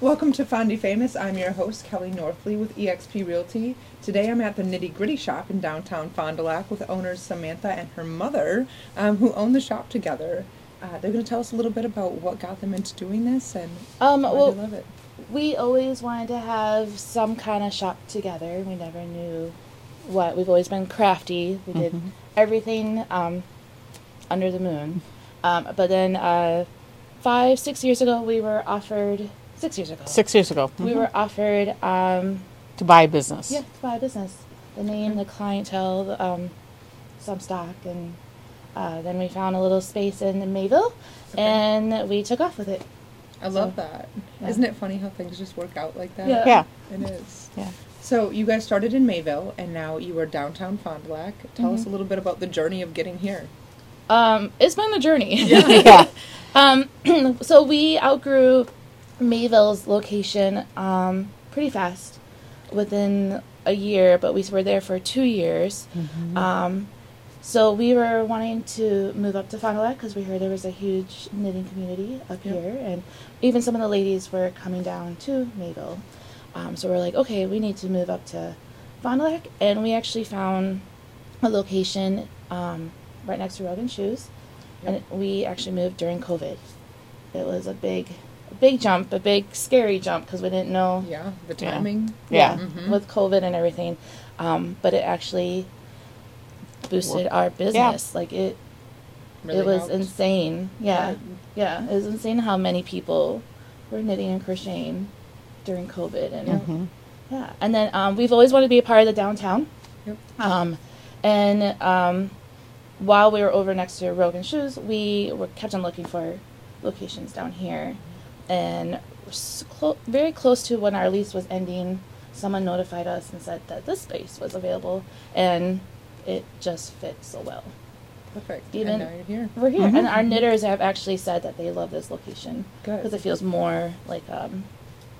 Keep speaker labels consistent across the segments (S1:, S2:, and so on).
S1: Welcome to Fondy Famous. I'm your host, Kelly Northley with eXp Realty. Today I'm at the Nitty Gritty Shop in downtown Fond du Lac with owners Samantha and her mother, um, who own the shop together. Uh, they're going to tell us a little bit about what got them into doing this and
S2: Um,
S1: why
S2: well,
S1: they love it.
S2: we always wanted to have some kind of shop together. We never knew what. We've always been crafty. We did everything um, under the moon. Um, but then uh, five, six years ago, we were offered. Six years ago.
S3: six years ago
S2: We were offered. Um,
S3: to buy a business.
S2: yeah, to buy a business. The name, the clientele, the, um, some stock, and uh, then we found a little space in Mayville,
S1: Okay.
S2: and we took off with it.
S1: I love that.
S2: yeah.
S1: not it funny how things just work out like that?
S2: Yeah.
S3: Yeah.
S1: It is.
S3: Yeah.
S1: So you guys started in Mayville and now you are downtown Fond du Lac. Tell us
S2: Mm-hmm.
S1: a little bit about the journey of getting here.
S2: Um, it's been a journey.
S3: yeah.
S2: Um, so we outgrew Mayville's location um, pretty fast, within a year, but we were there for two years. Um, so we were wanting to move up to Fond du Lac because we heard there was a huge knitting community up
S1: Yep.
S2: here, and even some of the ladies were coming down to Mayville. Um, so we're like, okay, we need to move up to Fond du Lac, and we actually found a location um, right next to Rogan Shoes, and we actually moved during COVID. It was a big, a big jump, a big scary jump because we didn't know
S1: Yeah. The
S3: Yeah.
S1: timing.
S3: Yeah.
S1: Mm-hmm.
S2: with COVID and everything. Um, but it actually boosted our business. Like it,
S1: Really
S2: it was
S1: helped.
S2: insane. Yeah,
S1: Right.
S2: yeah, it was insane how many people were knitting and crocheting during COVID, and yeah, and then um, we've always wanted to be a part of the downtown.
S1: Yep.
S2: Um, and um, while we were over next to Rogan Shoes, we were kept on looking for locations down here, and s- clo- very close to when our lease was ending, someone notified us and said that this space was available, and it just fit so well. Mm-hmm.
S1: Perfect.
S2: Even-
S1: and now you're here.
S2: We're here, and our knitters have actually said that they love this location
S1: Good.
S2: because it feels more like um,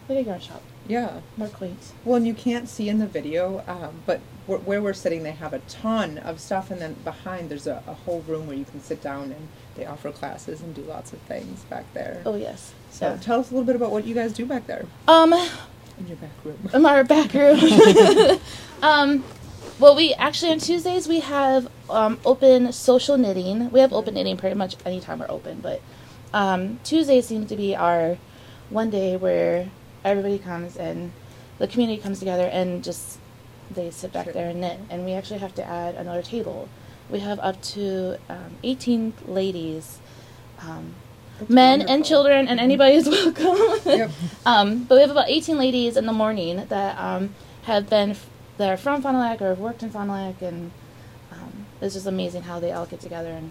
S2: like a yarn shop,
S1: Yeah.
S2: more quaint.
S1: Well, and you can't see in the video, um, but where, where we're sitting, they have a ton of stuff, and then behind there's a, a whole room where you can sit down and they offer classes and do lots of things back there.
S2: Oh yes,
S1: so
S2: yeah.
S1: tell us a little bit about what you guys do back there
S2: Um,
S1: in your back room.
S2: in our back room. um, well, we actually on Tuesdays we have um, open social knitting. We have open knitting pretty much anytime we're open, but um, Tuesdays seem to be our one day where everybody comes and the community comes together and just they sit back
S1: Sure.
S2: there and knit. And we actually have to add another table. We have up to um, 18 ladies. Um,
S1: That's
S2: men and
S1: wonderful.
S2: children and anybody is welcome.
S1: Yep.
S2: Um, but we have about 18 ladies in the morning that um, have been f- that are from Fond du Lac or have worked in Fond du Lac, and um, it's just amazing how they all get together and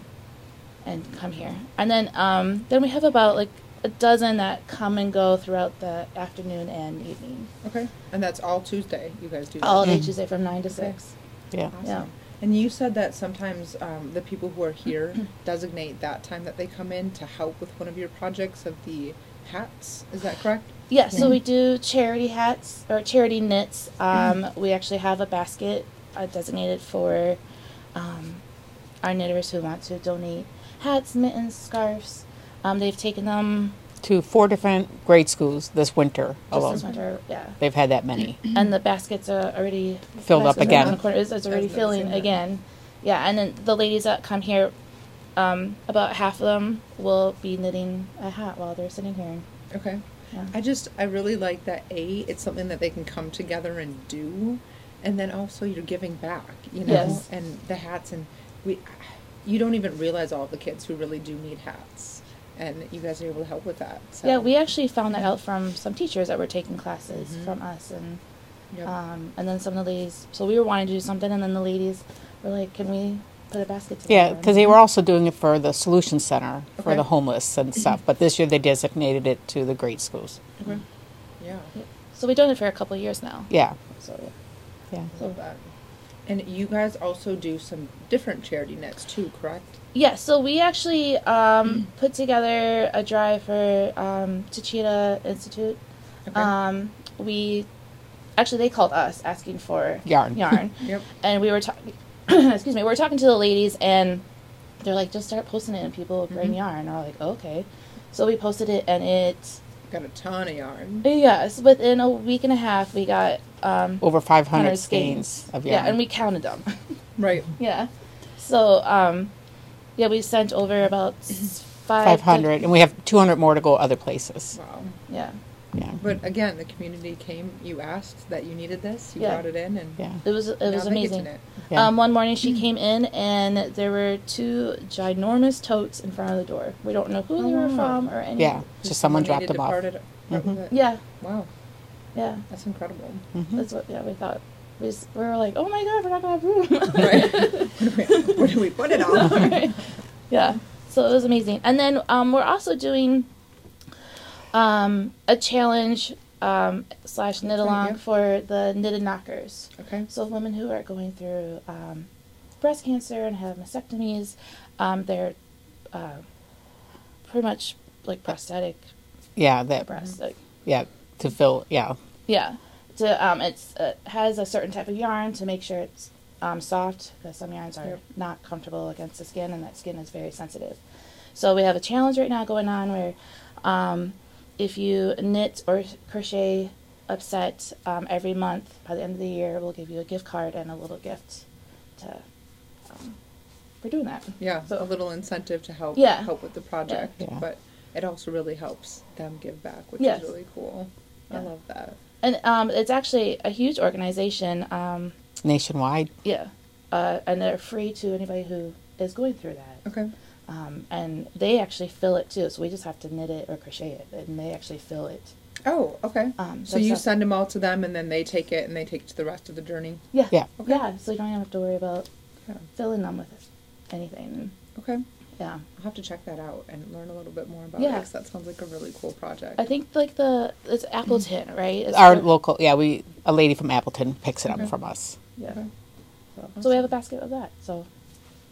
S2: and come here. And then um, then we have about like a dozen that come and go throughout the afternoon and evening.
S1: Okay. And that's all Tuesday. You guys do that.
S2: All day Tuesday from nine to six.
S3: Yeah.
S1: Awesome.
S2: Yeah.
S1: And you said that sometimes um, the people who are here designate that time that they come in to help with one of your projects of the hats. Is that correct?
S2: Yeah, so we do charity hats or charity knits.
S3: Mm.
S2: Um, we actually have a basket uh, designated for um, our knitters who want to donate hats, mittens, scarves. Um, they've taken them
S3: To four different grade schools this winter
S2: just
S3: alone.
S2: this winter, yeah.
S3: They've had that many.
S2: And the baskets are already
S3: Mm. Filled up
S2: baskets are
S3: again.
S2: around the corner. It's, it's already
S1: I've never seen
S2: filling
S1: that.
S2: again. Yeah, and then the ladies that come here, um, about half of them will be knitting a hat while they're sitting here.
S1: Okay.
S2: Yeah.
S1: I just I really like that a it's something that they can come together and do, and then also you're giving back, you know,
S2: Yes.
S1: and the hats and we, you don't even realize all the kids who really do need hats, and you guys are able to help with that. So.
S2: Yeah, we actually found that out from some teachers that were taking classes from us, and
S1: Yep.
S2: um, and then some of the ladies. So we were wanting to do something, and then the ladies were like, "Can we put a basket together?"
S3: Yeah, because they were also doing it for the Solution Center for
S1: Okay.
S3: the homeless and stuff. But this year they designated it to the grade schools.
S1: Okay. Yeah.
S2: so we've done it for a couple of years now.
S3: Yeah.
S2: So yeah.
S3: Yeah.
S1: Love that. And you guys also do some different charity nets too, correct?
S2: Yeah, so we actually um, put together a drive for um, Tachita Institute.
S1: Okay.
S2: Um, we actually they called us asking for
S3: Yarn.
S2: yarn,
S1: Yep.
S2: and we were talking. excuse me, we were talking to the ladies, and
S3: Mm-hmm.
S2: they're like, "Just start posting it, and people will bring yarn." And we're like, "Okay," so we posted it, and it
S1: Got a ton of yarn.
S2: Yes, within a week and a half, we got um,
S3: Over 500
S2: hundred
S3: skeins of yarn.
S2: Yeah, and we counted them.
S1: Right.
S2: yeah, so um, yeah, we sent over about s- five
S3: 500, and we have 200 more to go other places.
S1: Wow.
S2: Yeah,
S3: Yeah,
S1: But again, the community came. You asked that you needed this. You
S2: Yeah.
S1: brought it in, and
S3: yeah.
S2: it was it
S1: now
S2: was
S1: they get to
S2: amazing.
S1: knit.
S3: yeah.
S2: Um, one morning she came in and there were two ginormous totes in front of the door. We don't know who they were
S1: Oh.
S2: from or any.
S3: yeah, just someone dropped
S1: needed
S3: them
S1: to
S3: off.
S1: part it- part with it.
S2: yeah,
S1: Wow,
S2: yeah.
S1: that's incredible.
S3: Mhm.
S2: That's what yeah we thought. We, s we were like, oh my god, we're not gonna have room.
S1: Right. Where do we put it all?
S2: yeah. So it was amazing. And then um, we're also doing um, a challenge um, slash knit along
S1: yeah.
S2: for the knitted knockers.
S1: Okay.
S2: So women who are going through um, breast cancer and have mastectomies, um, they're uh, pretty much like prosthetic
S3: Yeah, that,
S2: breasts. Like,
S3: yeah, to fill, yeah.
S2: yeah. To um, it's uh, has a certain type of yarn to make sure it's um, soft because some yarns are
S1: Yep.
S2: not comfortable against the skin and that skin is very sensitive. So we have a challenge right now going on where um, if you knit or crochet upset um, every month by the end of the year, we'll give you a gift card and a little gift to um, for doing that.
S1: Yeah, a
S2: So-
S1: little incentive to help
S2: Yeah.
S1: help with the project,
S3: Yeah.
S1: but it also really helps them give back, which
S2: Yes.
S1: is really cool. I
S2: Yeah.
S1: love that.
S2: And um, it's actually a huge organization. Um,
S3: Nationwide.
S2: yeah, uh, and they're free to anybody who is going through that.
S1: Okay.
S2: um, and they actually fill it too. So we just have to knit it or crochet it, and they actually fill it.
S1: Oh, okay.
S2: Um,
S1: so
S2: that's
S1: you
S2: not-
S1: send them all to them, and then they take it, and they take it to the rest of the journey.
S2: yeah,
S3: Yeah.
S1: Okay.
S2: yeah. So you don't have to worry about
S1: Yeah.
S2: filling them with anything.
S1: Okay.
S2: Yeah,
S1: I'll have to check that out and learn a little bit more about it.
S2: Yeah.
S1: 'cause that sounds like a really cool project.
S2: I think like the it's Appleton, right? It's
S3: Our
S2: the-
S3: local, yeah, we, a lady from Appleton picks it up
S1: Okay.
S3: from us.
S2: yeah.
S1: Okay.
S2: So, so we have a basket of that. So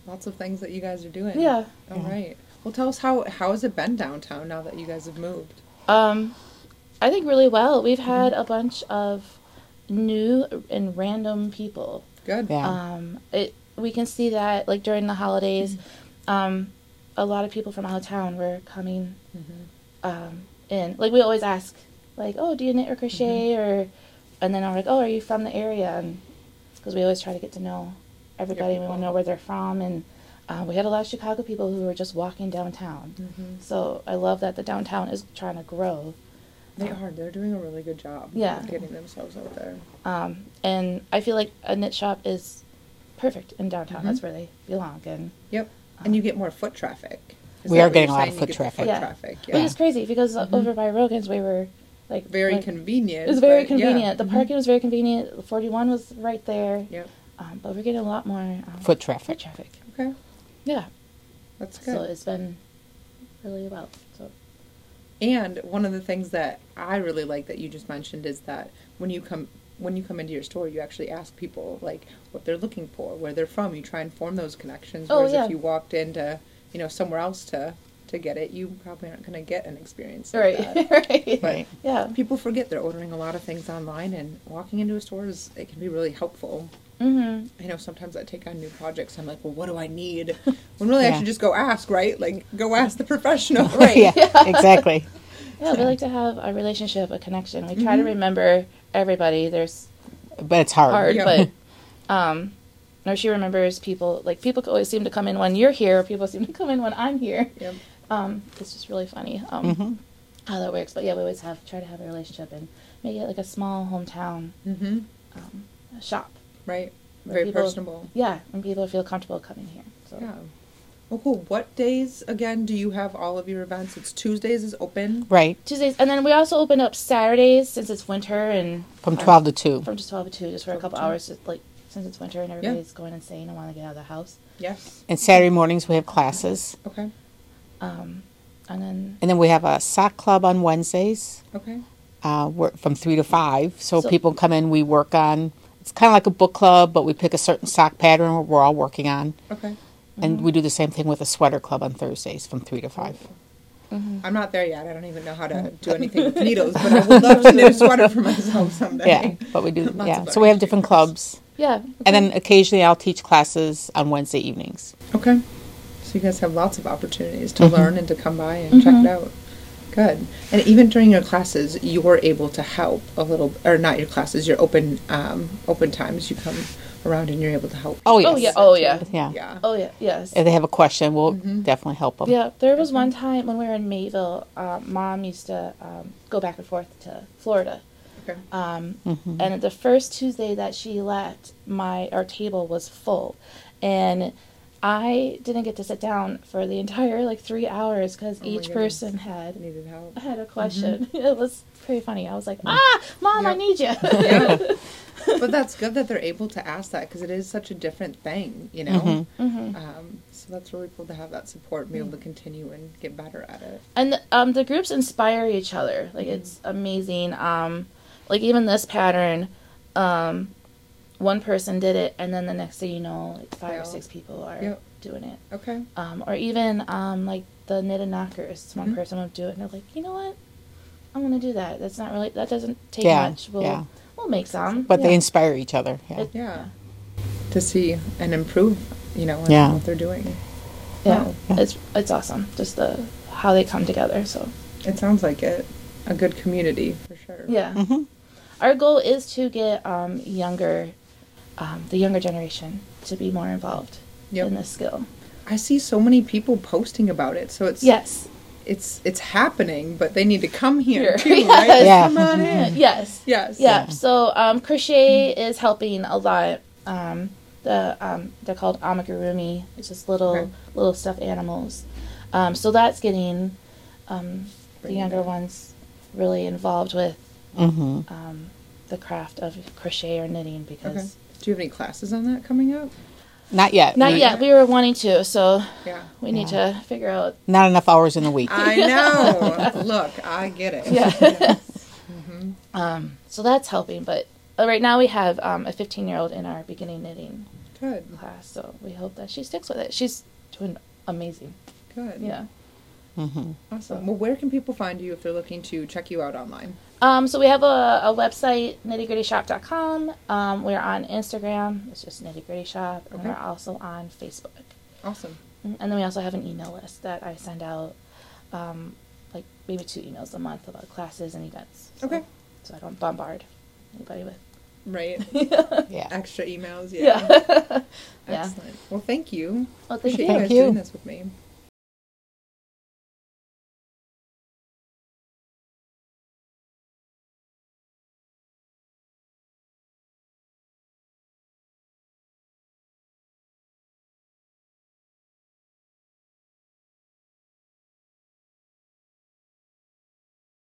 S1: Lots of things that you guys are doing.
S2: yeah,
S1: All right. Well, tell us how how has it been downtown now that you guys have moved?
S2: um, I think really well. We've had a bunch of new and random people
S1: Good.
S3: Yeah.
S2: Um, it we can see that like during the holidays, um, a lot of people from out of town were coming
S1: Mm-hmm.
S2: um, in. Like we always ask, like, "Oh, do you knit or crochet?"
S1: Mm-hmm.
S2: Or, and then I'm like, "Oh, are you from the area?" And because we always try to get to know everybody, we want to know where they're from. And uh, we had a lot of Chicago people who were just walking downtown.
S1: Mm-hmm.
S2: So I love that the downtown is trying to grow.
S1: They are. They're doing a really good job.
S2: Yeah.
S1: Of getting themselves out there.
S2: Um, and I feel like a knit shop is perfect in downtown. That's
S1: Mm-hmm.
S2: where they belong. And
S1: Yep. And you get more foot traffic. Is
S3: We
S1: that
S3: are
S1: what
S3: getting
S1: you're
S3: a lot
S1: saying?
S3: of
S1: You
S3: foot
S1: get the
S3: traffic.
S2: Yeah.
S1: traffic.
S2: Which
S1: Yeah. Mm-hmm.
S2: is crazy because uh, over by Rogan's we were like
S1: Very
S2: like,
S1: convenient.
S2: It was very
S1: but
S2: convenient.
S1: Yeah. Mm-hmm.
S2: The parking was very convenient. The Forty one was right there.
S1: Yep.
S2: Um, but we're getting a lot more um,
S3: Foot traffic.
S2: foot traffic.
S1: Okay.
S2: Yeah.
S1: That's good.
S2: So it's been really well. So
S1: And one of the things that I really like that you just mentioned is that when you come when you come into your store, you actually ask people like what they're looking for, where they're from. You try and form those connections.
S2: Oh,
S1: Whereas
S2: yeah.
S1: if you walked into you know somewhere else to to get it, you probably aren't going to get an experience like
S2: right,
S1: that.
S2: right,
S1: But
S2: yeah.
S1: people forget they're ordering a lot of things online, and walking into a store is it can be really helpful.
S2: Mm-hmm.
S1: I know sometimes I take on new projects. I'm like, well, what do I need? When really I
S3: Yeah.
S1: should just go ask, right? Like, go ask the professional,
S2: Right.
S3: yeah, exactly.
S2: Yeah, we like to have a relationship, a connection. We try to remember everybody. There's
S3: But it's hard.
S2: hard,
S1: Yeah.
S2: but um, no, she remembers people. Like people always seem to come in when you're here. People seem to come in when I'm here.
S1: Yep.
S2: Um, it's just really funny um,
S3: Mm-hmm.
S2: how that works. But yeah, we always have try to have a relationship and make it like a small hometown
S1: Mm-hmm.
S2: um, shop.
S1: Right.
S2: where
S1: Very
S2: people-
S1: personable.
S2: Yeah, and people feel comfortable coming here. So
S1: Yeah. Well, Oh, cool. What days again do you have all of your events? It's Tuesdays is open.
S3: Right.
S2: Tuesdays, and then we also open up Saturdays since it's winter and
S3: From
S2: um,
S3: 12 to 2.
S2: from just twelve to two, just for a
S1: 12 to
S2: couple
S1: 2.
S2: hours, just like since it's winter and everybody's going insane and want to get out of the house.
S1: Yes.
S3: And Saturday mornings, we have classes.
S1: Okay.
S2: Um, and then
S3: And then we have a sock club on Wednesdays
S1: Okay.
S3: uh, we from 3 to 5. So,
S2: So-
S3: people come in, we work on, it's kind of like a book club, but we pick a certain sock pattern we're- we're all working on.
S1: Okay. Mm-hmm.
S3: And we do the same thing with a sweater club on Thursdays from 3 to 5.
S1: I'm not there yet. I don't even know how to do anything with needles, but I would love to knit a sweater for myself someday.
S3: Yeah, but we do,
S1: Lots
S3: yeah.
S1: of
S3: So, we have
S1: variation.
S3: different clubs.
S2: yeah,
S3: And then occasionally I'll teach classes on Wednesday evenings.
S1: Mm-hmm. Okay. So you guys have lots of opportunities to learn and to come by and check it out. Good. And even during your classes, you were able to help a little, or not your classes, your open um, open times. You come around and you're able to help.
S3: Oh, yes.
S2: Oh yeah. Oh yeah.
S3: yeah.
S1: Yeah.
S2: Oh yeah. Yes.
S3: If they have a question, we'll definitely help them.
S2: Yeah, there was one time when we were in Mayville, uh, mom used to um, go back and forth to Florida.
S1: Okay.
S2: Um, And the first Tuesday that she left, my our table was full, and I didn't get to sit down for the entire like three hours because
S1: Oh my
S2: each
S1: goodness. Mm-hmm.
S2: person had
S1: Needed help.
S2: had a question. it was pretty funny. I was like, "Ah, mom, I
S1: Mm-hmm. Yep.
S2: need you."
S1: Yeah. but that's good that they're able to ask that because it is such a different thing, you know.
S3: Mm-hmm.
S2: Mm-hmm.
S1: Um, so that's really cool to have that support, and be able to continue and get better at it.
S2: and um, the groups inspire each other like
S1: Mm-hmm.
S2: it's amazing um, like even this pattern um, one person did it and then the next thing you know like five
S1: Yeah.
S2: or six people are
S1: Yep.
S2: doing it
S1: Okay.
S2: um, or even um, like the knit and knockers one
S1: Mhm.
S3: Mm-hmm.
S2: person will do it and they're like you know what i'm gonna do that that's not really that doesn't take
S3: Yeah,
S2: much we'll,
S3: yeah.
S2: we'll make some
S3: But they
S2: Yeah.
S3: inspire each other. Yeah.
S2: It-
S1: Yeah. To see and improve, you know, on
S3: Yeah.
S1: what they're doing.
S2: yeah
S3: Yeah.
S2: it's it's awesome just the how they come together so
S1: It sounds like it. A good community for sure.
S2: Yeah.
S3: Mhm.
S2: Our goal is to get um, younger, um, the younger generation to be more involved
S1: Yep.
S2: in this skill.
S1: I see so many people posting about it, so it's
S2: Yes.
S1: it's it's happening, but they need to come here,
S2: Here.
S1: too,
S2: Yes.
S1: right?
S3: Yeah.
S1: Come on
S3: Mm-hmm.
S1: in.
S2: Yes.
S1: Yes.
S2: Yeah. So um, crochet is helping a lot. Um, the um, they're called amigurumi. It's just little
S1: Okay.
S2: little stuffed animals. Um, so that's getting um, the
S1: Bringing
S2: younger
S1: that.
S2: ones really involved with
S3: Mm-hmm.
S2: um, the craft of crochet or knitting because.
S1: Okay. Do you have any classes on that coming up?
S3: Not yet.
S2: Not
S3: We-
S2: yet. We were wanting to, so
S1: Yeah.
S2: we need to figure out
S3: Not enough hours in the
S2: Uh,
S3: week.
S1: I know. Look, I get it.
S2: yeah. um, so that's helping, but uh, right now we have um, a 15 year old in our beginning knitting
S1: Good.
S2: class, so we hope that she sticks with it. She's doing amazing.
S1: Good.
S2: Yeah.
S3: Mm-hmm.
S1: Awesome. Well, where can people find you if they're looking to check you out online?
S2: Um, so we have a, a website, nittygrittyshop.com. Um, we're on Instagram, it's just nitty gritty shop, and
S1: Okay.
S2: we're also on Facebook. Mm-hmm.
S1: Awesome.
S2: And then we also have an email list that I send out um, like maybe two emails a month about classes and events. So-
S1: Okay.
S2: So I don't bombard anybody with.
S1: Right.
S3: Yeah.
S1: Extra emails. Yeah.
S2: Yeah. yeah.
S1: Excellent. Well, thank you.
S2: Well, thank
S1: Appreciate you
S2: you.
S3: Thank
S1: guys
S3: you.
S1: doing this with me.